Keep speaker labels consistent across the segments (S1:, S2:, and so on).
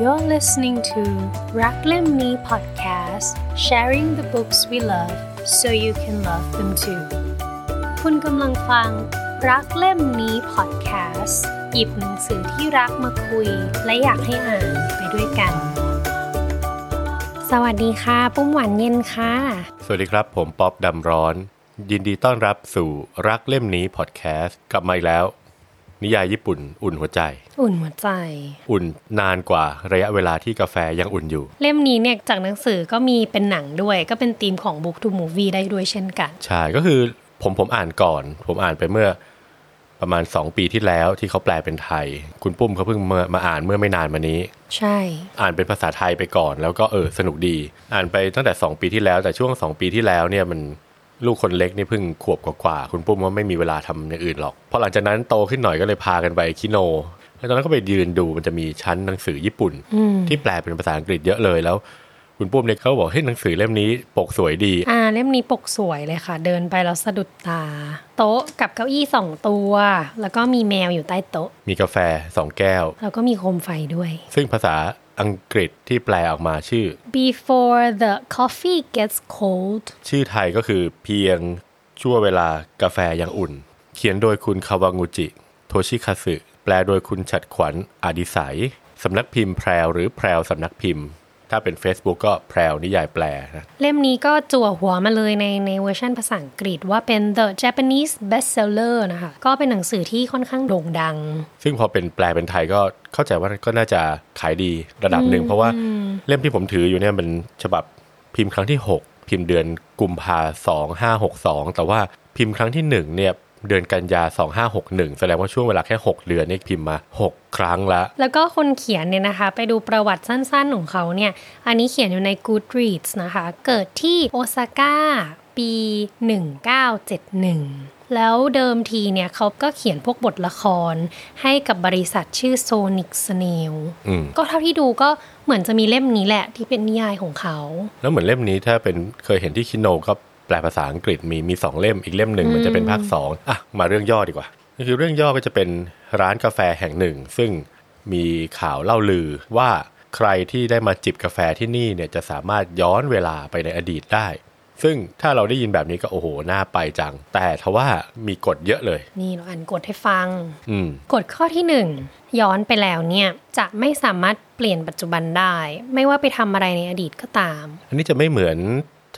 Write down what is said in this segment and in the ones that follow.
S1: You're listening to รักเล่มนี้ podcast sharing the books we love so you can love them too คุณกำลังฟัง รักเล่มนี้ podcast หยิบหนังสือที่รักมาคุย และอยากให้อ่านไปด้วยกัน สวัสดีค่ะ ปุ้มหวานเย็นค่ะ
S2: สวัสดีครับ ผมป๊อปดำร้อน ยินดีต้อนรับสู่รักเล่มนี้พอดแคสต์กลับมาอีกแล้ว นิยายญี่ปุ่น อุ่นหัวใจ
S1: อุ่นหัวใจ
S2: อุ่นนานกว่าระยะเวลาที่กาแฟยังอุ่นอยู่
S1: เล่มนี้เนี่ยจากหนังสือก็มีเป็นหนังด้วย ก็เป็นธีมของ Book to Movie ได้ด้วยเช่นกัน
S2: ใช่ก็คือผมผมอ่านก่อน ผมอ่านไปเมื่อประมาณ 2 ปีที่แล้วที่เขาแปลเป็นไทย คุณปุ้มเขาเพิ่งมามาอ่านเมื่อไม่นานมานี้
S1: ใช่
S2: อ่านเป็นภาษาไทยไปก่อนแล้วก็เออสนุกดี อ่านไปตั้งแต่ 2 ปีที่แล้วแต่ช่วง 2 ปีที่แล้วเนี่ยมันลูกคนเล็กนี่เพิ่งขวบกว่าๆคุณปุ้มว่าไม่มีเวลาทำอย่างอื่นหรอกพอหลังจากนั้นโตขึ้นหน่อยก็เลยพากันไปคิโนแล้วตอนนั้นก็ไปยืนดูมันจะมีชั้นหนังสือญี่ปุ่น ที่แปลเป็นภาษาอังกฤษเยอะเลยแล้ว คุณปุ้มเนี่ยเขาบอกเฮ้ยหนังสือเล่มนี้ปกสวยดี
S1: อ่าเล่มนี้ปกสวยเลยค่ะ เดินไปแล้วสะดุดตา โต๊ะกับเก้าอี้สองตัว แล้วก็มีแมวอยู่ใต้โต๊ะ
S2: มีกาแฟสองแก้ว
S1: แล้วก็มีโคมไฟด้วย
S2: ซึ่งภาษาอังกฤษที่แปลออกมาชื่อ
S1: Before the coffee gets cold
S2: ชื่อไทยก็คือเพียงชั่วเวลากาแฟยังอุ่น เขียนโดยคุณคาวางูจิ โทชิคาสึ แปลโดยคุณฉัดขวัญอดิสัย สำนักพิมพ์แพรวหรือแพรวสำนักพิมพ์ ถ้าเป็น Facebook ก็แพรวนิยายแปลนะ
S1: เล่มนี้ก็จั่วหัวมาเลยในในเวอร์ชันภาษาอังกฤษว่าเป็น The Japanese Bestseller นะคะ ก็เป็นหนังสือที่ค่อนข้างโด่งดัง
S2: ซึ่งพอเป็นแปลเป็นไทยก็เข้าใจว่าก็น่าจะขายดีระดับหนึ่ง เพราะว่าเล่มที่ผมถืออยู่เนี่ยเป็นฉบับพิมพ์ครั้งที่ 6 พิมพ์เดือนกุมภาสองห้าหกสองแต่ว่าพิมพ์ครั้งที่หนึ่งเนี่ยเดือนกันยา2561แสดงว่าช่วงเวลาแค่หกเดือนเนี่ยพิมพ์มาหกครั้งละ
S1: แล้วก็คนเขียนเนี่ยนะคะ ไปดูประวัติสั้นๆของเขาเนี่ย อันนี้เขียนอยู่ใน Goodreads นะคะ เกิดที่โอซาก้าปี 1971 แล้วเดิมทีเนี่ยเขาก็เขียนพวกบทละคร ให้กับบริษัทชื่อ Sonic Snail
S2: อืม
S1: ก็เท่าที่ดูก็เหมือนจะมีเล่มนี้แหละที่เป็นนิยายของเขา
S2: แล้วเหมือนเล่มนี้ถ้าเป็นเคยเห็นที่คิโนก็แปลภาษาอังกฤษมีมีสองเล่มอีกเล่มหนึ่งมันจะเป็นภาคสองอ่ะมาเรื่องย่อดีกว่าก็คือเรื่องย่อก็จะเป็นร้านกาแฟแห่งหนึ่ง ซึ่งมีข่าวเล่าลือว่าใครที่ได้มาจิบกาแฟที่นี่เนี่ยจะสามารถย้อนเวลาไปในอดีตได้ ซึ่งถ้าเราได้ยินแบบนี้ก็โอ้โหน่าไปจัง แต่ทว่ามีกฎเยอะเลย
S1: นี่เราอ่านกฎให้ฟัง
S2: อืม
S1: กฎข้อที่ 1 ย้อนไปแล้วเนี่ยจะไม่สามารถเปลี่ยนปัจจุบันได้ ไม่ว่าไปทำอะไรในอดีตก็ตาม
S2: อันนี้จะไม่เหมือน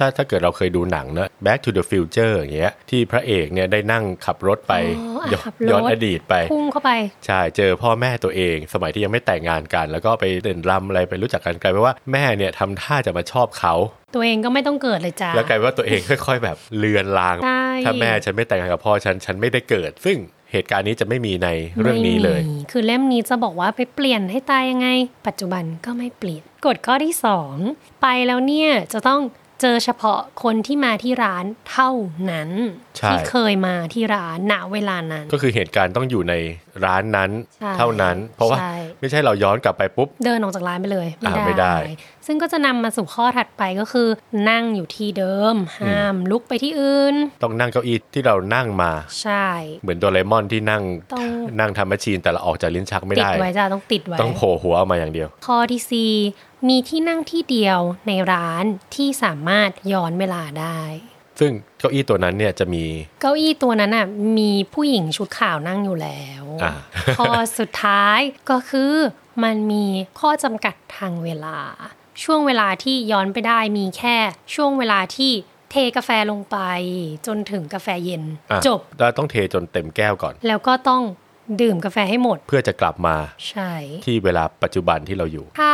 S2: ถ้าถ้าเกิดเราเคยดูหนังนะ Back to the Future อย่างเงี้ยที่พระเอกเนี่ยได้นั่งขับรถไป
S1: อ๋ออ่ะ
S2: ย้อน
S1: ขับรถ
S2: ย้อนอดีตไป
S1: พุ่งเข้าไป
S2: ใช่ เจอพ่อแม่ตัวเอง สมัยที่ยังไม่แต่งงานกัน แล้วก็ไปเต้นรำอะไรไปรู้จักกันกลายเป็นว่าแม่เนี่ยทำท่าจะมาชอบเขา
S1: ตัวเองก็ไม่ต้องเกิดเลยจ้า
S2: แล้วกลายเป็นว่าตัวเองค่อยๆ แบบเลือนลาง
S1: ใช่
S2: ถ้าแม่ฉันไม่แต่งงานกับพ่อฉันฉันไม่ได้เกิด ซึ่งเหตุการณ์นี้จะไม่มีในเรื่องนี้เลย
S1: ไม่มีคือเล่มนี้จะบอกว่าไปเปลี่ยนให้ตายยังไง ปัจจุบันก็ไม่เปลี่ยน กฎข้อที่ 2 ไปแล้วเนี่ยจะต้องเจอเฉพาะคนที่มาที่ร้านเท่านั้น
S2: ใช่
S1: ที่เคยมาที่ร้านณเวลานั้น
S2: ก็คือเหตุการณ์ต้องอยู่ในร้านนั้น
S1: ใช่
S2: เท่านั้น เพราะว่า
S1: ใช่
S2: ไม่ใช่เราย้อนกลับไปปุ๊บ
S1: เดินออกจากร้านไปเลย
S2: อ่าไม่ได้
S1: ซึ่งก็จะนำมาสู่ข้อถัดไปก็คือ นั่งอยู่ที่เดิม ห้ามลุกไปที่อื่น
S2: ต้องนั่งเก้าอี้ที่เรานั่งมา
S1: ใช่
S2: เหมือนโดเรมอนที่นั่ง
S1: ต้อง
S2: นั่งทำแมชชีนแต่เราออกจากลิ้นชักไม่
S1: ติด
S2: ได้
S1: ไว้จ้าต้องติดไว้
S2: ต้องโผล่หัวออกมาอย่างเดียว
S1: ข้อที่ 4 มีที่นั่งที่เดียวในร้านที่สามารถย้อนเวลาได้
S2: ซึ่งเก้าอี้ตัวนั้นเนี่ยจะมี
S1: เก้าอี้ตัวนั้นน่ะมีผู้หญิงชุดขาวนั่งอยู่แล้ว
S2: อ่า
S1: ข้อสุดท้ายก็คือมันมีข้อจำกัดทางเวลา ช่วงเวลาที่ย้อนไปได้มีแค่ช่วงเวลาที่เทกาแฟลงไป จนถึงกาแฟเย็น
S2: อ่ะ
S1: จบ
S2: เราต้องเทจนเต็มแก้วก่อน
S1: แล้วก็ต้องดื่มกาแฟให้หมด
S2: เพื่อจะกลับมา
S1: ใช่
S2: ที่เวลาปัจจุบันที่เราอยู่
S1: ถ้า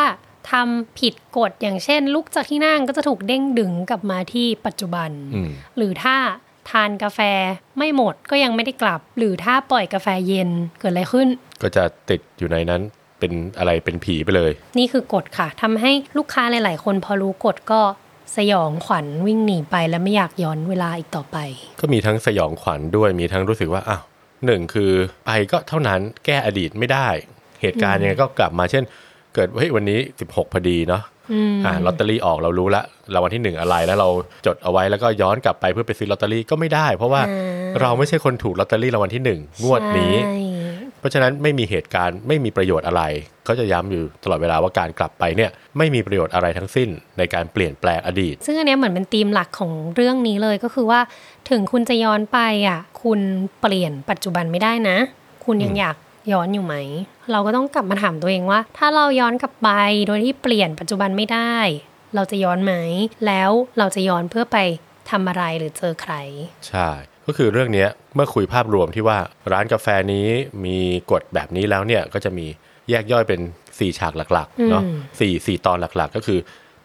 S1: ทำผิดกฎอย่างเช่น ลุกจากที่นั่งก็จะถูกเด้งดึงกลับมาที่ปัจจุบัน
S2: อืม
S1: หรือถ้าทานกาแฟไม่หมดก็ยังไม่ได้กลับ หรือถ้าปล่อยกาแฟเย็นเกิดอะไรขึ้น
S2: ก็จะติดอยู่ในนั้นเป็นอะไรเป็นผีไปเลย
S1: นี่คือกฎค่ะทำให้ลูกค้าหลาย ๆ คนพอรู้กฎก็สยองขวัญวิ่งหนีไปและไม่อยากย้อนเวลาอีกต่อไป
S2: ก็มีทั้งสยองขวัญด้วยมีทั้งรู้สึกว่าอ้าวหนึ่งคือไปก็เท่านั้นแก้อดีตไม่ได้ เหตุการณ์ยังไงก็กลับมาเช่น เกิดเฮ้ยวันนี้ 16พอดีเนาะอ่าลอตเตอรี่ออกเรารู้ละรางวัลที่หนึ่งอะไรแล้วเราจดเอาไว้แล้วก็ย้อนกลับไปเพื่อไปซื้อลอตเตอรี่ก็ไม่ได้ เพราะว่า
S1: อ่า
S2: เราไม่ใช่คนถูกลอตเตอรี่รางวัลที่หนึ่งงวดนี้
S1: ใช่
S2: เพราะฉะนั้นไม่มีเหตุการณ์ไม่มีประโยชน์อะไรเขาจะย้ำอยู่ตลอดเวลาว่าการกลับไปเนี่ยไม่มีประโยชน์อะไรทั้งสิ้นในการเปลี่ยนแปลงอดีต
S1: ซึ่งอันเนี้ยเหมือนเป็นธีมหลักของเรื่องนี้เลยก็คือว่าถึงคุณจะย้อนไปอ่ะคุณเปลี่ยนปัจจุบันไม่ได้นะ คุณยังอยากย้อนอยู่ไหม เราก็ต้องกลับมาถามตัวเองว่า ถ้าเราย้อนกลับไปโดยที่เปลี่ยนปัจจุบันไม่ได้ เราจะย้อนไหม แล้วเราจะย้อนเพื่อไปทำอะไรหรือเจอใคร
S2: ใช่ ก็คือเรื่องเนี้ยเมื่อคุยภาพรวมที่ว่าร้านกาแฟนี้มีกฎแบบนี้แล้วเนี่ยก็จะมีแยกย่อยเป็น 4 ฉากหลักๆเนาะ
S1: อืม
S2: สี่สี่ตอนหลักๆ ก็คือ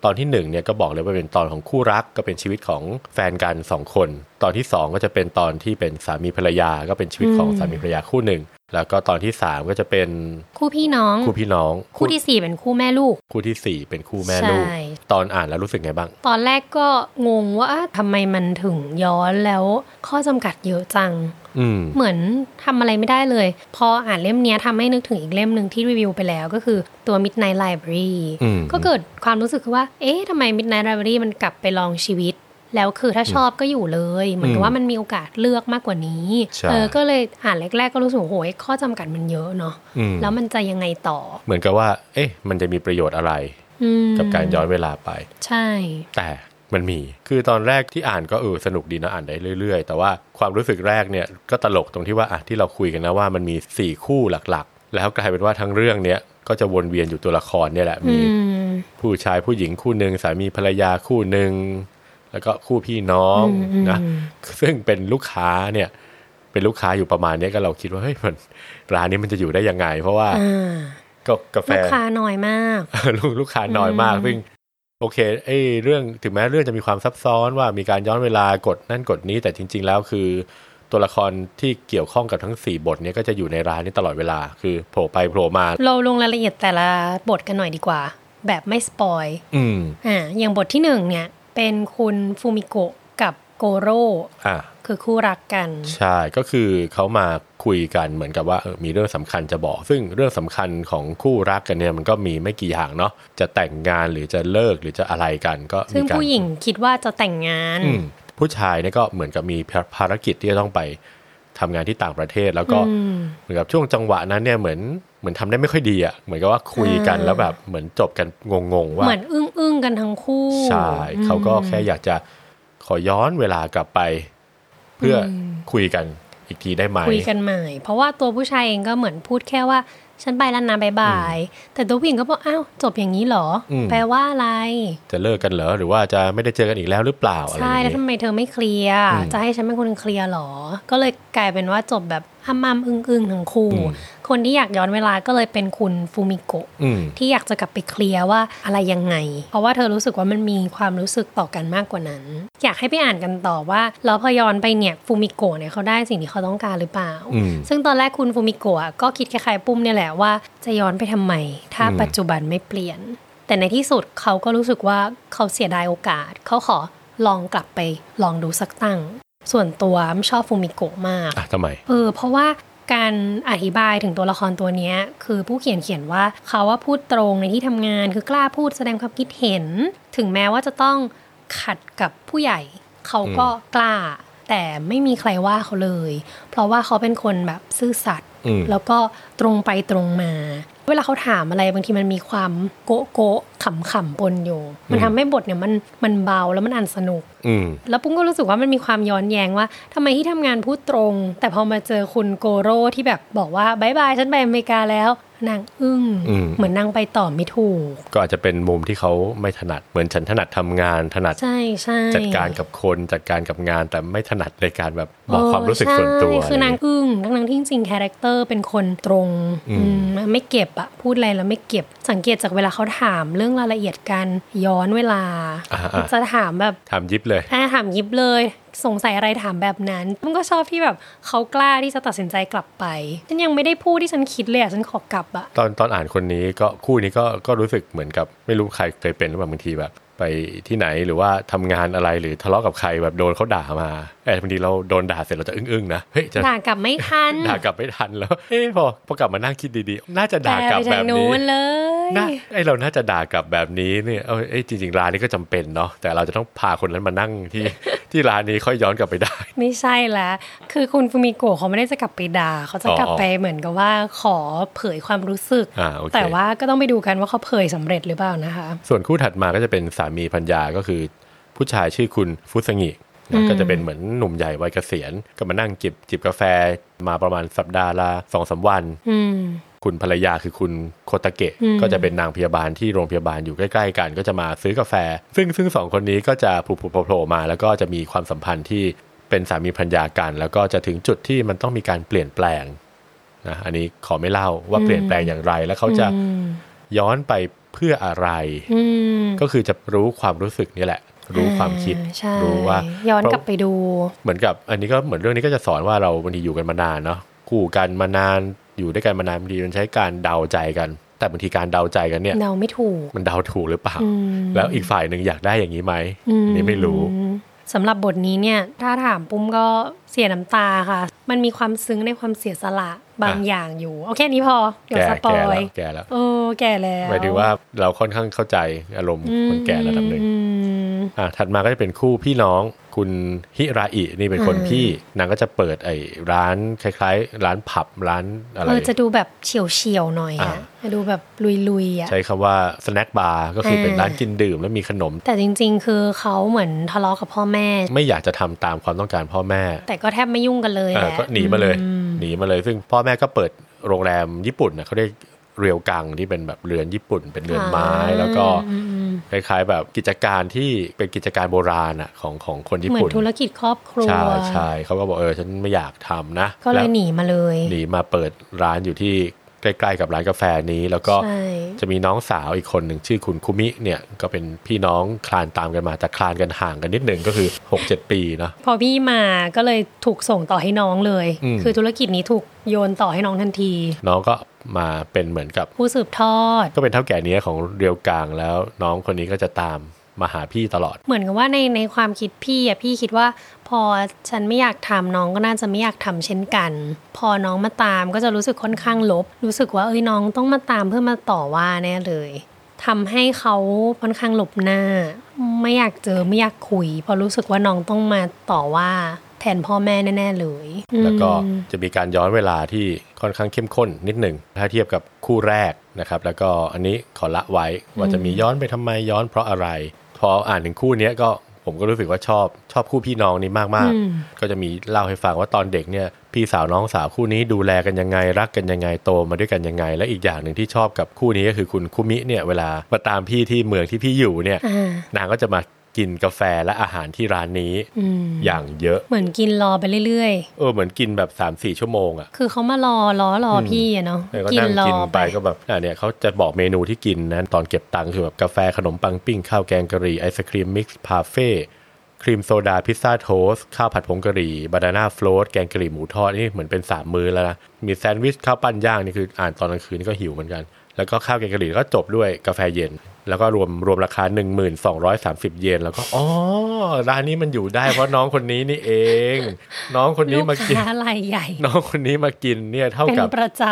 S2: ตอนที่1เนี่ยก็บอกเลยว่าเป็นตอนของคู่รักก็เป็นชีวิตของแฟนกัน 2 คน ตอนที่ 2 ก็จะเป็นตอนที่เป็นสามีภรรยาก็เป็นชีวิตของสามีภรรยาคู่หนึ่งแล้วก็ตอนที่ 3 ก็จะเป็น
S1: คู่พี่น้อง
S2: คู่พี่น้อง
S1: คู่ที่สี่เป็นคู่แม่ลูก
S2: คู่ที่สี่เป็นคู่แม่ลูก
S1: ใช่
S2: ตอนอ่านแล้วรู้สึกไงบ้าง
S1: ตอนแรกก็งงว่าอ่ะทำไมมันถึงย้อนแล้วข้อจำกัดเยอะจัง
S2: อืม
S1: เหมือนทำอะไรไม่ได้เลย พออ่านเล่มเนี้ยทำให้นึกถึงอีกเล่มหนึ่งที่รีวิวไปแล้วก็คือตัว Midnight Library
S2: อืม
S1: ก็เกิดความรู้สึกว่า เอ๊ะทำไม Midnight Library มันกลับไปลองชีวิต แล้วคือถ้าชอบก็อยู่เลย เหมือนกับว่ามันมีโอกาสเลือกมากกว่านี้
S2: ใช่
S1: เออ ก็เลยอ่านแรก ๆ ก็รู้สึกว่าโหยข้อจำกัดมันเยอะเนาะ
S2: อืม
S1: แล้วมันจะยังไงต่อ
S2: เหมือนกับว่า เอ๊ะ มันจะมีประโยชน์อะไร
S1: อืม
S2: กับการย้อนเวลาไป
S1: ใช่
S2: แต่มันมี คือตอนแรกที่อ่านก็เออสนุกดีนะอ่านได้เรื่อย ๆ แต่ว่าความรู้สึกแรกเนี่ยก็ตลกตรงที่ว่าอ่ะที่เราคุยกันนะว่ามันมี 4 คู่หลักๆ แล้วกลายเป็นว่าทั้งเรื่องเนี้ยก็จะวนเวียนอยู่ตัวละครเนี่ยแหละ
S1: อื
S2: มี
S1: ม
S2: ผู้ชายผู้หญิงคู่หนึ่งสามีภรรยาคู่หนึ่งแล้วก็คู่พี่น้อง
S1: อืม
S2: นะ
S1: อืม
S2: ซึ่งเป็นลูกค้าเนี่ยเป็นลูกค้าอยู่ประมาณเนี้ยก็เราคิดว่าเฮ้ยมันร้านนี้มันจะอยู่ได้ยังไง เพราะว่า
S1: อ่า
S2: ก็กาแฟ
S1: ลูกค้าน้อยมาก
S2: ลูกลูกค้าน้อยมาก
S1: อืม
S2: ซึ่งโอเคไอ้เรื่องถึงแม้เรื่องจะมีความซับซ้อนว่ามีการย้อนเวลากดนั่นกดนี้แต่จริง ๆ แล้วคือ ตัวละครที่เกี่ยวข้องกับทั้ง 4 บทเนี้ก็จะอยู่ในร้านนี้ตลอดเวลา คือโผล่ไปโผล่มา
S1: เราลงรายละเอียดแต่ละบทกันหน่อยดีกว่า แบบไม่สปอย
S2: อืม
S1: อ่าอย่างบทที่หนึ่งเนี่ย เป็นคุณฟูมิโกะกับโกโร่
S2: อ่ะ
S1: คือคู่รักกัน
S2: ใช่ ก็คือเขามาคุยกันเหมือนกับว่าเออมีเรื่องสำคัญจะบอก ซึ่งเรื่องสำคัญของคู่รักกันเนี่ยมันก็มีไม่กี่อย่างเนาะจะแต่งงานหรือจะเลิกหรือจะอะไรกันก็
S1: ซึ่ง
S2: มีการ
S1: ผู้หญิงคิดว่าจะแต่งงาน
S2: อืมผู้ชายเนี่ยก็เหมือนกับมีภารกิจที่จะต้องไปทำงานที่ต่างประเทศ แล้วก็
S1: อืม
S2: เหมือนกับช่วงจังหวะนั้นเนี่ยเหมือนเหมือนทำได้ไม่ค่อยดีอะ่ะเหมือนกับว่าคุยกัน
S1: อ่า
S2: แล้วแบบเหมือนจบกันงงๆว่า
S1: เหมือนอึ้งอึ้งๆกันทั้งคู่
S2: ใช่เขาก็แค่อยากจะขอย้อนเวลากลับไป เพื่ออคุยกันอีกทีได้ไหม
S1: คุยกันใหม่ เพราะว่าตัวผู้ชายเองก็เหมือนพูดแค่ว่า ฉันไปแล้วนะบายบาย แต่ตัวผู้หญิงก็บอกอ้าวจบอย่างนี้เหรออแปลว่าอะไร
S2: จะเลิกกันเหรอหรือว่าจะไม่ได้เจอกันอีกแล้วหรือเปล่าอะไรอ
S1: ใช่
S2: ย่าง
S1: แล้ว
S2: นี้
S1: ทำไมเธอไม่เคลียร์
S2: อืม
S1: จะให้ฉันเป็นคนเคลียร์หรอ ก็เลยกลายเป็นว่าจบแบบอ้ำอ้ำอึ้งอึ้งทั้งคู่
S2: อืม
S1: คนที่อยากย้อนเวลาก็เลยเป็นคุณฟูมิโกะ
S2: อืม
S1: ที่อยากจะกลับไปเคลียร์ว่าอะไรยังไง เพราะว่าเธอรู้สึกว่ามันมีความรู้สึกต่อกันมากกว่านั้น อยากให้ไปอ่านกันต่อว่าแล้วพอย้อนไปเนี่ยฟูมิโกะเนี่ยเขาได้สิ่งที่เขาต้องการหรือเปล่า
S2: อืม
S1: ซึ่งตอนแรกคุณฟูมิโกะอะก็คิดคล้ายๆปุ้มเนี่ยแหละว่าจะย้อนไปทำไม ถ้า
S2: อืม
S1: ปัจจุบันไม่เปลี่ยน แต่ในที่สุดเขาก็รู้สึกว่าเขาเสียดายโอกาส เขาขอลองกลับไปลองดูสักตั้ง ส่วนตัวไม่ชอบฟูมิโกะมาก
S2: อ่ะทำไม
S1: เออเพราะว่าการอธิบายถึงตัวละครตัวเนี้ยคือผู้เขียนเขียนว่าเขาว่าพูดตรงในที่ทำงานคือกล้าพูดแสดงความคิดเห็น ถึงแม้ว่าจะต้องขัดกับผู้ใหญ่ เขาก็กล้า แต่ไม่มีใครว่าเขาเลย เพราะว่าเขาเป็นคนแบบซื่อสัตย์
S2: อืม
S1: แล้วก็ตรงไปตรงมา เวลาเขาถามอะไรบางทีมันมีความโกะโกะขำขำๆปนอยู่ มันทำให้บทเนี่ยมันมันเบาแล้วมันอันสนุก
S2: อืม
S1: แล้วปุ้มก็รู้สึกว่ามันมีความย้อนแย้งว่าทำไมที่ทำงานพูดตรง แต่พอมาเจอคุณโกโร่ที่แบบบอกว่าบายบายฉันไปอเมริกาแล้วนางอึ้ง
S2: อืม
S1: เหมือนนางไปต่อไม่ถูก
S2: ก็อาจจะเป็นมุมที่เขาไม่ถนัด เหมือนฉันถนัดทำงานถนัด
S1: ใช่ใช่
S2: จัดการกับคนจัดการกับงานแต่ไม่ถนัดในการแบบบอกความรู้สึกส่วนตัว
S1: เออใช่คือนาง
S2: ะไรย่างเงี้ย
S1: อึ้งทั้งๆที่จริงๆคาแรคเตอร์เป็นคนตรง
S2: อืม
S1: อืมไม่เก็บอะพูดอะไรแล้วไม่เก็บสังเกตจากเวลาเขาถามเรื่องรายละเอียดการย้อนเวลา
S2: อ่ะอ่ะ
S1: จะถามแบบ
S2: ถามยิบเลย
S1: อ่าถามยิบเลย สงสัยอะไรถามแบบนั้นมันก็ชอบที่แบบเขากล้าที่จะตัดสินใจกลับไป ฉันยังไม่ได้พูดที่ฉันคิดเลยอ่ะฉันขอกลับอ่ะ
S2: ตอนตอนอ่านคนนี้ก็คู่นี้ก็ก็รู้สึกเหมือนกับ ไม่รู้ใครเคยเป็นหรือเปล่าบางทีแบบ ไปที่ไหนหรือว่าทำงานอะไรหรือทะเลาะกับใครแบบโดนเขาด่ามาแต่บางทีเราโดนด่าเสร็จเราจะอึ้งๆนะเฮ้ยจะ
S1: ด่ากลับไม่ทัน
S2: ด่ากลับไม่ทันแล้ว เอ้พอพอกลับมานั่งคิดดีๆ น่าจะ
S1: แปล
S2: ด่ากลับ
S1: ไป
S2: แบ
S1: ทาง
S2: บ
S1: นู้
S2: นี้
S1: นเลย
S2: นะไอยเราน่าจะด่ากลับแบบนี้เนี่ยเอ้ยเอ้ยจริงๆร้านนี้ก็จำเป็นเนาะแต่เราจะต้องพาคนนั้นมานั่งที่ ที่ร้านนี้ค่อยย้อนกลับไปได้
S1: ไม่ใช่แล้ว คือคุณฟูมิโกะเขาไม่ได้จะกลับไปด่าเขาจะกลับ
S2: อ๋อ
S1: ไปเหมือนกับว่าขอเผยความรู้สึก
S2: อ่าโอเค
S1: แต่ว่าก็ต้องไปดูกันว่าเขาเผยสำเร็จหรือเปล่านะคะ
S2: ส่วนคู่ถัดมาก็จะเป็นสามีพัญญาก็คือ ผู้ชายชื่อคุณฟุสงินะก็จะเป็นเหมือนหนุ่มใหญ่วัยเกษียณ ก็มานั่งจิบจิบกาแฟมาประมาณสัปดาห์ละสองสาวัน
S1: อืม
S2: คุณภรรยาคือคุณโคตะเกะ
S1: อืม
S2: ก็จะเป็นนางพยาบาลที่โรงพยาบาลอยู่ใกล้ๆกัน ก็จะมาซื้อกาแฟ ซึ่งซึ่งสองคนนี้ก็จะผุผโผล่ๆมา แล้วก็จะมีความสัมพันธ์ที่เป็นสามีภรรยากัน แล้วก็จะถึงจุดที่มันต้องมีการเปลี่ยนแปลงนะอันนี้ขอไม่เล่าว่าเปลี่ยนแปลงอย่างไร แล้วเขาจะ
S1: อืม
S2: ย้อนไปเพื่ออะไร
S1: อืม
S2: ก็คือจะรู้ความรู้สึกนี่แหละ รู้ความคิด
S1: อ่ใช่
S2: รู้ว่า
S1: ย้อนกลับ
S2: เพ
S1: ไป
S2: ราะ
S1: ดู
S2: เหมือนกับ อันนี้ก็เหมือนเรื่องนี้ก็จะสอนว่าเราบางทีอยู่กันมานานเนาะคู่กันมานานอยู่ด้วยกันมานานบางทีมันใช้การเดาใจกัน แต่บางทีการเดาใจกันเนี่ย
S1: เราไม่ถูก
S2: มันเดาถูกหรือเปล่า
S1: อืม
S2: แล้วอีกฝ่ายหนึ่งอยากได้อย่างนี้ไหม
S1: อื
S2: อันนี่ไม่รู้
S1: สำหรับบทนี้เนี่ย ถ้าถามปุ้มก็เสียน้ำตาค่ะ มันมีความซึ้งในความเสียสละบาง
S2: อ่ะ
S1: อย่างอยู่โอเคนี้พอเดี๋ยว
S2: แก่
S1: สปอ
S2: แก่แล้
S1: ยว
S2: แก่แล้ว
S1: โอ้แก่แล้ว
S2: หมายถึงว่าเราค่อนข้างเข้าใจอารมณ์คนแก่ระดับหนึ่ง
S1: อืม
S2: อ่ะถัดมาก็จะเป็นคู่พี่น้องคุณฮิราอินี่เป็นคน
S1: อ่า
S2: พี่นางก็จะเปิดไอ้ร้านคล้าย ๆ ร้านผับร้านอะไร
S1: เออจะดูแบบเฉียวเฉียวๆหน่อย
S2: อ่า
S1: อะจะดูแบบลุยๆอะ
S2: ใช้คำว่าสแน็คบาร์ก็คือเป็น
S1: อ่า
S2: ร้านกินดื่มแล้วมีขนม
S1: แต่จริงๆ คือเขาเหมือนทะเลาะกับพ่อแม่
S2: ไม่อยากจะทำตามความต้องการพ่อแม่
S1: แต่ก็แทบไม่ยุ่งกันเลย
S2: อ่า
S1: แหละ
S2: ก็หนีมาเลย
S1: อืม
S2: หนีมาเลย ซึ่งพ่อแม่ก็เปิดโรงแรมญี่ปุ่นนะเขาเรียกเรียวกังที่เป็นแบบเรือนญี่ปุ่น เป็นเรือนไม้แล้วก็
S1: อืมอืม
S2: คล้ายๆ แบบกิจการที่เป็นกิจการโบราณอ่ะของของคนญี่
S1: เหมือ
S2: ปุ่น
S1: นธุรกิจครอบครัว
S2: ใช่ใช่เขาก็บอกเออฉันไม่อยากทำนะ
S1: ก็เลย
S2: แว
S1: หนีมาเลย
S2: หนีมาเปิดร้านอยู่ที่ใกล้ๆกับร้านกาแฟนี้ แล้วก็
S1: ใช่
S2: จะมีน้องสาวอีกคนหนึ่งชื่อคุณคุมิเนี่ยก็เป็นพี่น้องคลานตามกันมาแต่คลานกันห่างกันนิดหนึ่งก็คือ 6-7 ปีเนาะ
S1: พอพี่มาก็เลยถูกส่งต่อให้น้องเลย
S2: อืม
S1: คือธุรกิจนี้ถูกโยนต่อให้น้องทันที
S2: น้องก็มาเป็นเหมือนกับ
S1: ผู้สืบทอด
S2: ก็เป็นเท่าแก่เนี้ยของเรียวกลางแล้ว น้องคนนี้ก็จะตามมาหาพี่ตลอด
S1: เหมือนกับว่าในในความคิดพี่อะพี่คิดว่า พอฉันไม่อยากทำน้องก็น่าจะไม่อยากทำเช่นกัน พอน้องมาตามก็จะรู้สึกค่อนข้างลบ รู้สึกว่าเอ้ยน้องต้องมาตามเพื่อมาต่อว่าแน่เลยทำให้เขาค่อนข้างหลบหน้า ไม่อยากเจอไม่อยากคุยเพราะรู้สึกว่าน้องต้องมาต่อว่าแทนพ่อแม่แน่ๆเลย
S2: แล้วก็
S1: อืม
S2: จะมีการย้อนเวลาที่ค่อนข้างเข้มข้นนิดหนึ่งถ้าเทียบกับคู่แรกนะครับ แล้วก็อันนี้ขอละไว้ว่าจะมีย้อนไปทำไมย้อนเพราะอะไร พออ่านถึงคู่เนี้ยก็ผมก็รู้สึกว่าชอบชอบคู่พี่น้องนี้มาก
S1: อืม
S2: ๆ ก็จะมีเล่าให้ฟังว่าตอนเด็กเนี่ยพี่สาวน้องสาวคู่นี้ดูแลกันยังไงรักกันยังไงโตมาด้วยกันยังไง และอีกอย่างหนึ่งที่ชอบกับคู่นี้ก็คือคุณคุมิเนี่ยเวลามาตามพี่ที่เมืองที่พี่อยู่เนี่ย
S1: อ่าน
S2: างก็จะมากินกาแฟและอาหารที่ร้านนี้
S1: อืม
S2: อย่างเยอะ
S1: เหมือนกินรอไปเรื่อย
S2: เออเหมือนกินแบบ3-4ชั่วโมงอะ
S1: ๆ คือเขามารอรอรออ
S2: ม
S1: พี่อะเนาะ
S2: เออก็นั่งกินไปก็แบบอ่ะเนี่ยเขาจะบอกเมนูที่กินนะตอนเก็บตังค์คือแบบกาแฟขนมปังปิ้ง ข้าวแกงกะหรี่ไอศครีมมิกซ์พาเฟ่ครีมโซดาพิซซ่าโทสข้าวผัดผงกะหรี่บานาน่าโฟลตแกงกะหรี่หมูทอดนี่เหมือนเป็นสามมื้อแล้วนะ มีแซนด์วิชข้าวปั้นย่างนี่คืออ่านตอนกลางคืนนก็หิวเหมือนกัน แล้วก็ข้าวแกงกะหรี่ก็จบด้วยกาแฟเย็น แล้วก็รวมรวมราคา 1230 เยนแล้วก็อ๋อร้านนี้มันอยู่ได้เพราะน้องคนนี้นี่เอง น้อง คนนี้
S1: ลูก
S2: มากิน
S1: ค้ารายใหญ่
S2: น้องคนนี้มากินเนี่ยเท่า
S1: เป็น
S2: กับ
S1: ประจ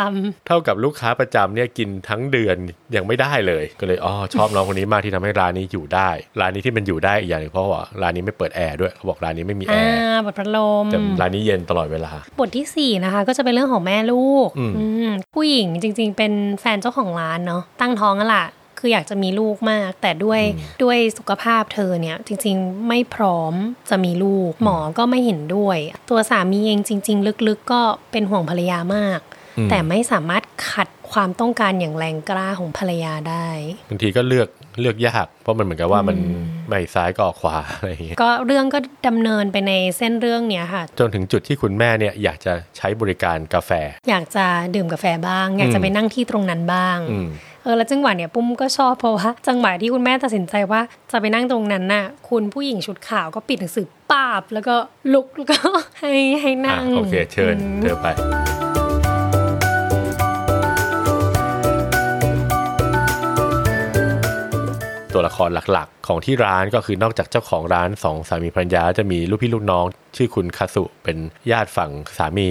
S2: เท่ากับลูกค้าประจำเนี่ยกินทั้งเดือนยังไม่ได้เลย ก็เลยอ๋อชอบน้องคนนี้มากที่ทำให้ร้านนี้อยู่ได้ ร้านนี้ที่มันอยู่ได้อีกอย่างหนึงเพราะว่าร้านนี้ไม่เปิดแอร์ด้วยเขาบอกร้านนี้ไม่มี
S1: ำ
S2: แอ
S1: อ่า
S2: ร์
S1: บทพัดลม
S2: แต่ร้านนี้เย็นตลอดเวลา
S1: บทที่สี่นะคะ ก็จะเป็นเรื่องของแม่ลูก
S2: อืม
S1: อืมผู้หญิงจริง ๆ เป็นแฟนเจ้าของร้านเนาะตั้งท้องอะล่ะ คืออยากจะมีลูกมาก แต่ด้วยด้วยสุขภาพเธอเนี่ย จริง ๆ ไม่พร้อมจะมีลูก หมอก็ไม่เห็นด้วย ตัวสามีเองจริง ๆ ลึกๆ ก็เป็นห่วงภรรยามาก
S2: อืม
S1: แต่ไม่สามารถขัดความต้องการอย่างแรงกล้าของภรรยาได้
S2: บางทีก็เลือกเลือกยาก เพราะมันเหมือนกับว่ามันไม่ซ้ายก็ขวาอะไรอย่างเงี้ย
S1: ก็เรื่องก็ดำเนินไปในเส้นเรื่องเนี้ยค่ะ
S2: จนถึงจุดที่คุณแม่เนี่ยอยากจะใช้บริการกาแฟ
S1: อยากจะดื่มกาแฟบ้าง อยากจะ
S2: อืม
S1: ไปนั่งที่ตรงนั้นบ้าง
S2: อืม
S1: เออแล้วจังหวะเนี่ยปุ้มก็ชอบเพราะว่าจังหวะที่คุณแม่ตัดสินใจว่าจะไปนั่งตรงนั้นน่ะ คุณผู้หญิงชุดขาวก็ปิดหนังสือปาบ แล้วก็ลุกแล้วก็ ให้ให้
S2: อ่ะ
S1: นั่ง
S2: โอเคเชิญ
S1: ม
S2: เธอไป ตัวละครหลักๆ ของที่ร้านก็คือนอกจากเจ้าของร้านสองสามีภรรยาจะมีลูกพี่ลูกน้อง ชื่อคุณคาสุเป็นญาติฝั่งสามี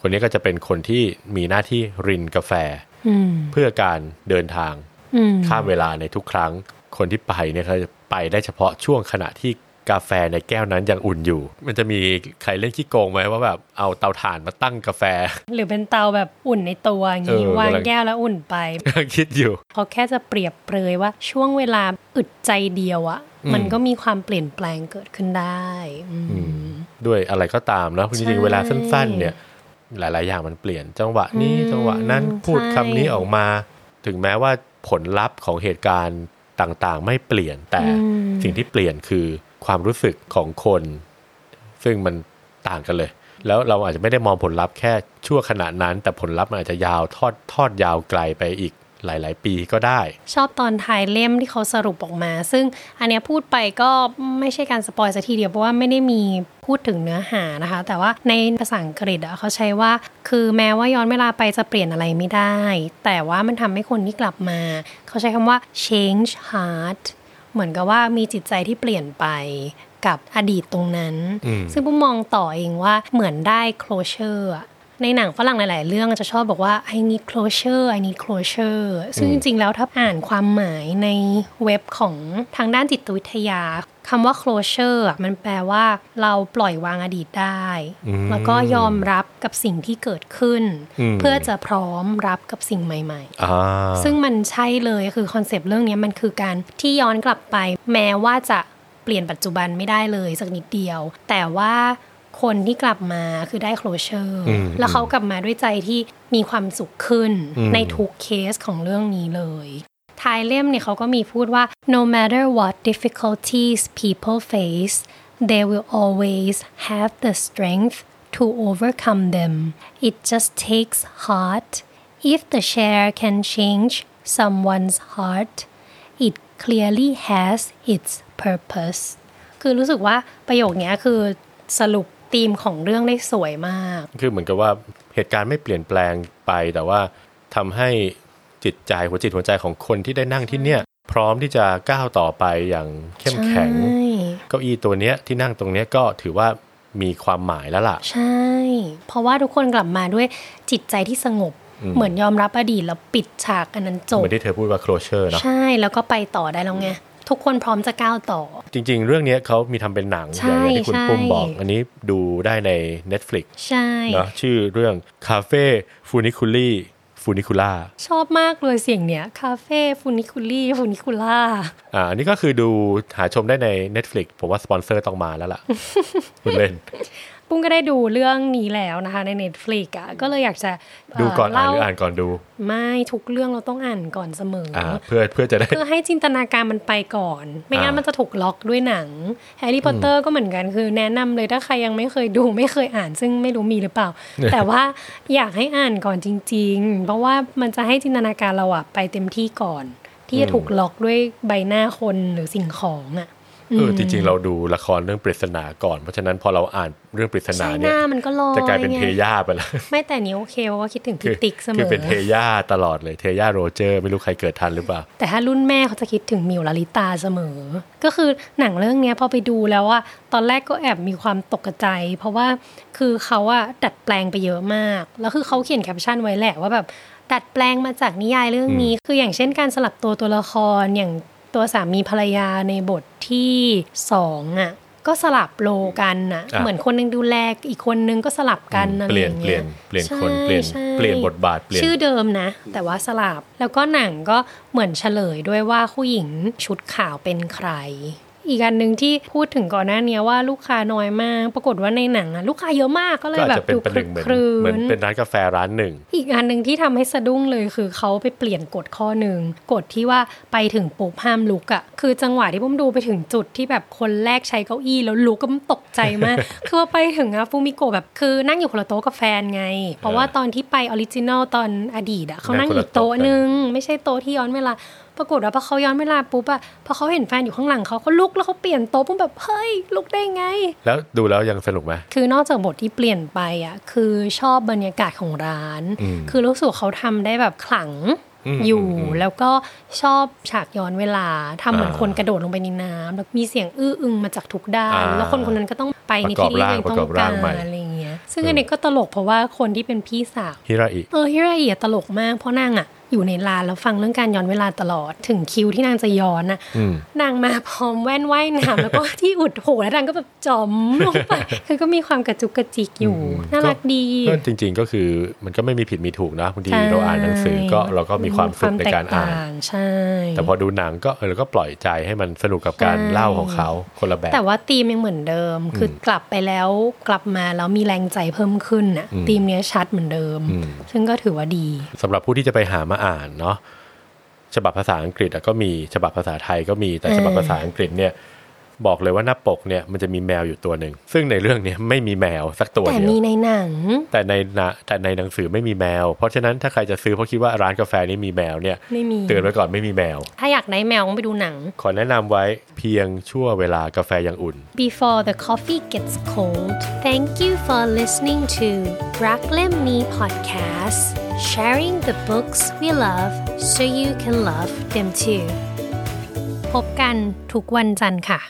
S2: คนนี้ก็จะเป็นคนที่มีหน้าที่รินกาแฟ
S1: อืม
S2: เพื่อการเดินทาง
S1: อืม
S2: ข้ามเวลาในทุกครั้ง คนที่ไปเนี่ยเขาจะไปได้เฉพาะช่วงขณะที่ กาแฟในแก้วนั้นยังอุ่นอยู่ มันจะมีใครเล่นขี้โกงไหมว่าแบบเอาเตาถ่านมาตั้งกาแฟ
S1: หรือเป็นเตาแบบอุ่นในตัวอย่างนี้
S2: เออ
S1: วาง
S2: กำลัง
S1: แก้วแล้วอุ่นไป
S2: คิดอยู่
S1: เขาแค่จะเปรียบเปรยว่าช่วงเวลาอึดใจเดียวอะ
S2: อืม
S1: มันก็มีความเปลี่ยนแปลงเกิดขึ้นได้อืม
S2: ด้วยอะไรก็ตามนะจ
S1: ใช่
S2: ริงๆเวลาสั้นๆ เนี่ยหลายๆ อย่างมันเปลี่ยนจังหวะนี้
S1: อืม
S2: จังหวะนั้นพูด
S1: ใช่
S2: คำนี้ออกมา ถึงแม้ว่าผลลัพธ์ของเหตุการณ์ต่างๆ ไม่เปลี่ยนแต่สิ่งที่เปลี่ยนคือความรู้สึกของคน ซึ่งมันต่างกันเลย แล้วเราอาจจะไม่ได้มองผลลัพธ์แค่ชั่วขณะนั้น แต่ผลลัพธ์มันอาจจะยาวทอดทอดยาวไกลไปอีกหลาย ๆ ปีก็ได้
S1: ชอบตอนท้ายเล่มที่เขาสรุปออกมา ซึ่งอันเนี้ยพูดไปก็ไม่ใช่การสปอยสักทีเดียวเพราะว่าไม่ได้มีพูดถึงเนื้อหานะคะ แต่ว่าในภาษาอังกฤษอะเขาใช้ว่า คือแม้ว่าย้อนเวลาไปจะเปลี่ยนอะไรไม่ได้ แต่ว่ามันทำให้คนที่กลับมา เขาใช้คำว่า change heart เหมือนกับว่ามีจิตใจที่เปลี่ยนไปกับอดีตตรงนั้น
S2: อืม
S1: ซึ่งผมมองต่อเองว่าเหมือนได้ closure อะในหนังฝรั่งหลาย ๆ เรื่องจะชอบบอกว่า I need closure I need closure ซึ่งจริง ๆ แล้วถ้าอ่านความหมายในเว็บของทางด้านจิตวิทยาคำว่า closure อะมันแปลว่าเราปล่อยวางอดีตได้
S2: อืม
S1: แล้วก็ยอมรับกับสิ่งที่เกิดขึ้น
S2: ม
S1: เพื่อจะพร้อมรับกับสิ่งใหม่ ๆ
S2: อ่า
S1: ซึ่งมันใช่เลยคือคอนเซปต์เรื่องเนี้ยมันคือการที่ย้อนกลับไป แม้ว่าจะเปลี่ยนปัจจุบันไม่ได้เลยสักนิดเดียว แต่ว่าคนที่กลับมาคือได้ closure
S2: ม
S1: แล้วเขากลับมาด้วยใจที่มีความสุขขึ้น
S2: อืม
S1: ในทุกเคสของเรื่องนี้เลย ท้ายเล่มเนี่ยเขาก็มีพูดว่า no matter what difficulties people face they will always have the strength to overcome them it just takes heart if the share can change someone's heart it clearly has its purpose คือรู้สึกว่าประโยคเนี้ยคือสรุปธีมของเรื่องได้สวยมาก
S2: คือเหมือนกับว่าเหตุการณ์ไม่เปลี่ยนแปลงไปแต่ว่าทำให้จิตใจหัวจิตหัวใจของคนที่ได้นั่งที่เนี่ย พร้อมที่จะก้าวต่อไปอย่างเข้มแข็ง
S1: ใช่
S2: เก้าอี้ตัวเนี้ยที่นั่งตรงเนี้ยก็ถือว่ามีความหมายแล้วล่ะ
S1: ใช่ เพราะว่าทุกคนกลับมาด้วยจิตใจที่สงบ เหมือนยอมรับอดีตแล้วปิดฉากอันนั้นจ
S2: เห
S1: บ
S2: มือนที่เธอพูดว่า closure เนอะ
S1: ใช่แล้วก็ไปต่อได้แล้วไง ทุกคนพร้อมจะก้าวต่อ
S2: จริง ๆ เรื่องเนี้ยเขามีทำเป็นหนังอ
S1: ใช่
S2: ย่างที่คุณ
S1: ใช่
S2: ปุ้มบอก อันนี้ดูได้ใน Netflix
S1: ใช่
S2: เนอะชื่อเรื่อง Cafe Funiculi Funicula
S1: ชอบมากเลยเสียงเนี้ย คาเฟ่ฟูนิคุลี่ฟูนิคุล่า
S2: อ่าอันนี้ก็คือดูหาชมได้ใน Netflix ผมว่าสปอนเซอร์ต้องมาแล้ว ล่ะ คุณเล่น
S1: ปุ้งก็ได้ดูเรื่องนี้แล้วนะคะใน Netflix อ่ะก็เลยอยากจะเ
S2: ดูก่อนอ่านหรือ
S1: เล่
S2: อ่านก่อนดู
S1: ไม่ทุกเรื่องเราต้องอ่านก่อนเสมออ
S2: อ่าเพื่อเพื่อจะได้
S1: เพื่อให้จินตนาการมันไปก่อน ไม่งั้น
S2: อ่ามั
S1: มันจะถูกล็อกด้วยหนังแฮร์รี่พอตเตอร์ก็เหมือนกันคือแนะนำเลยถ้าใครยังไม่เคยดู ไม่เคยอ่าน ซึ่งไม่รู้มีหรือเปล่า แต่ว่าอยากให้อ่านก่อนจริง ๆ เพราะว่ามันจะให้จินตนาการเราอะไปเต็มที่ก่อน ที่จะถูกล็อกด้วยใบหน้าคนหรือสิ่งของอะ
S2: เออจริงๆ เราดูละครเรื่องปริศนาก่อน เพราะฉะนั้นพอเราอ่านเรื่องปริศนา
S1: ใช่ห
S2: เนี่ย
S1: น้ามันก็ลอย
S2: จะกลายเป็น
S1: ไง
S2: เทย่าไปแล้ว
S1: ไม่แต่นี้โอเคเพราะว่าคิดถึง
S2: คื
S1: พิติกเสม
S2: คือ
S1: อ
S2: เป็นเทย่าตลอดเลยเทย่าโรเจอร์ ไม่รู้ใครเกิดทันหรือเปล่า
S1: แต่ถ้ารุ่นแม่เขาจะคิดถึงมิวลลิตาเสมอ ก็คือหนังเรื่องเนี้ยพอไปดูแล้วว่าตอนแรกก็แอบมีความตกใจ เพราะว่าคือเขาอะดัดแปลงไปเยอะมาก แล้วคือเขาเขียนแคปชั่นไว้แหละว่าแบบดัดแปลงมาจากนิยายเรื่องนี้ คืออย่างเช่นการสลับตัวตัวละครอย่างตัวสามีภรรยาในบทที่สองอะก็สลับโลกันอะ
S2: อ่ะ
S1: เหมือนคนนึงดูแลอีกคนนึงก็สลับกัน
S2: อืม
S1: อะไร
S2: เปลี่
S1: อย
S2: น
S1: ย่าง
S2: เปลี่
S1: งี้
S2: ยนเปลี่ยนคน
S1: ใช่
S2: เปลี่ยน
S1: ใช่
S2: เปลี่ยนบทบาทเปลี่ยน
S1: ชื่อเดิมนะ แต่ว่าสลับแล้วก็หนังก็เหมือนเฉลยด้วยว่าผู้หญิงชุดขาวเป็นใคร อีกอันหนึ่งที่พูดถึงก่อนหน้าเนี้ยว่าลูกค้าน้อยมาก ปรากฏว่าในหนังอะลูกค้าเยอะมากก็เลย
S2: ก็อาจ
S1: แบบ
S2: จะเป็น
S1: ดู
S2: ประ
S1: ค
S2: ห
S1: ลึ
S2: นึ่ง
S1: ก
S2: เหมือน
S1: ครื
S2: เหมือน
S1: น
S2: เป็นร้านกาแฟร้านหนึ่ง
S1: อีกอันหนึ่งที่ทำให้สะดุ้งเลยคือเขาไปเปลี่ยนกฎข้อหนึ่งกฎที่ว่าไปถึงปุ๊บห้ามลุกอะคือจังหวะที่ผมดูไปถึงจุดที่แบบคนแรกใช้เก้าอี้แล้วลุกก็ตกใจม าก คือว่าไปถึงอะฟูมิโกะแบบคือนั่งอยู่คนละโต๊ะกับแฟนไง เพราะว่าตอนที่ไปออริจินอลตอนอดีตอะ เขานั่งอีกโต๊ะหนึ่งไม่ใช่โต๊ะที่ย้อนเวลา ปรากฏว่าพอเขาย้อนเวลาปุ๊บอะพอเขาเห็นแฟนอยู่ข้างหลังเขาเขาลุกแล้วเขาเปลี่ยนโต๊ะปุ๊บแบบเฮ้ยลุกได้ไง
S2: แล้วดูแล้วยังสนุกไหม
S1: คือนอกจากบทที่เปลี่ยนไปอะคือชอบบรรยากาศของร้าน
S2: อืม
S1: คือรู้สึกเขาทำได้แบบขลัง
S2: อืม
S1: อยู่
S2: อืมอืม
S1: แล้วก็ชอบฉากย้อนเวลาทำเหมือน
S2: อ่า
S1: คนกระโดดลงไปในน้ำแล้วมีเสียงอื้ออึงมาจากทุกด้าน
S2: อ่า
S1: แล้วคนคนนั้นก็ต้องไปในที่
S2: ประกอบ
S1: ที่
S2: ร่าป
S1: ตัวเอง ง
S2: ระ
S1: ต้
S2: อ
S1: อกงการ
S2: บ่างใหม่
S1: อะไรอย่างเงี้ยซึ่งอันนี้ก็ตลกเพราะว่าคนที่เป็นพี่สาว
S2: ฮิราอิ
S1: เออฮิราอิอะตลกมากเพราะนางอะ อยู่ในร้านแล้วฟังเรื่องการย้อนเวลาตลอด ถึงคิวที่นางจะย้อนน่ะ
S2: อืม
S1: นางมาพร้อมแว่นว่าย น้ำ แล้วก็ที่อุดหูแล้วนางก็แบบจอมลงไป คือก็มีความกระจุกกระจิกอยู่
S2: อืม
S1: น่ารักดี
S2: ก็จริง ๆก็คือมันก็ไม่มีผิดมีถูกนะบางที
S1: ใช่
S2: เราอ่านหนังสือก็เราก็มีความสุขในการอ่าน
S1: ควมแตต่งใช่
S2: แต่พอดูหนังก็เออเราก็ปล่อยใจให้มันสนุกกับการ
S1: ใช่
S2: เล่าของเขาคนละแบบ
S1: แต่ว่าธีมยังเหมือนเดิม คืออกลับไปแล้วกลับมาแล้วมีแรงใจเพิ่มขึ้นน่ะ
S2: อืม
S1: ธีมเนี้ยชัดเหมือนเดิม
S2: อืม
S1: ซึ่งก็ถือว่าดี
S2: สำหรับผู้ที่จะไปหามาอ่านเนาะฉบับภาษาอังกฤษอะก็มีฉบับภาษาไทยก็มีแต่
S1: เออ
S2: ฉบับภาษาอังกฤษเนี่ย บอกเลยว่าหน้าปกเนี่ยมันจะมีแมวอยู่ตัวหนึ่งซึ่งในเรื่องเนี้ยไม่มีแมวสักตัว
S1: แต่
S2: เดียว
S1: มีในหนัง
S2: แต่ในนะแต่ในหนังสือไม่มีแมว เพราะฉะนั้นถ้าใครจะซื้อเพราะคิดว่าร้านกาแฟนี้มีแมวเนี่ย
S1: ไม่มี
S2: เตือนไว้ก่อนไม่มีแมว
S1: ถ้าอยากได้แมวต้องไปดูหนัง
S2: ขอแนะนำไว้เพียงชั่วเวลากาแฟยังอุ่น
S1: Before the coffee gets cold Thank you for listening to รักเล่มนี้ podcast sharing the books we love so you can love them too พบกันทุกวันจันทร์ค่ะ